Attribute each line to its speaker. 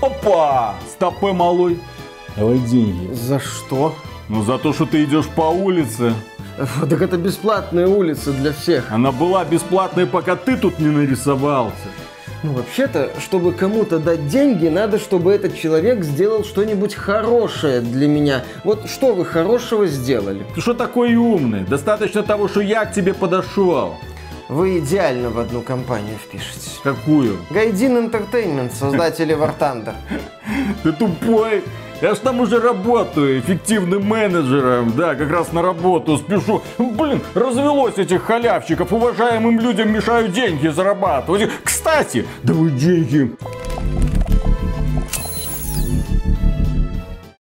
Speaker 1: Опа! Стопы малой. Давай деньги.
Speaker 2: За что?
Speaker 1: Ну за то, что ты идешь по улице.
Speaker 2: Фу, Так это бесплатная улица для всех.
Speaker 1: Она была бесплатной, пока ты тут не нарисовался.
Speaker 2: Ну, вообще-то, чтобы кому-то дать деньги, надо, чтобы этот человек сделал что-нибудь хорошее для меня. Вот что вы хорошего сделали?
Speaker 1: Ты что такой умный? Достаточно того, что я к тебе подошел.
Speaker 2: Вы идеально в одну компанию впишетесь.
Speaker 1: Какую?
Speaker 2: Гайдин Entertainment, создатели Вартандер.
Speaker 1: Ты тупой. Я ж там уже работаю, эффективным менеджером, да, как раз на работу спешу. Блин, развелось этих халявщиков, уважаемым людям мешают деньги зарабатывать. Кстати, давай деньги.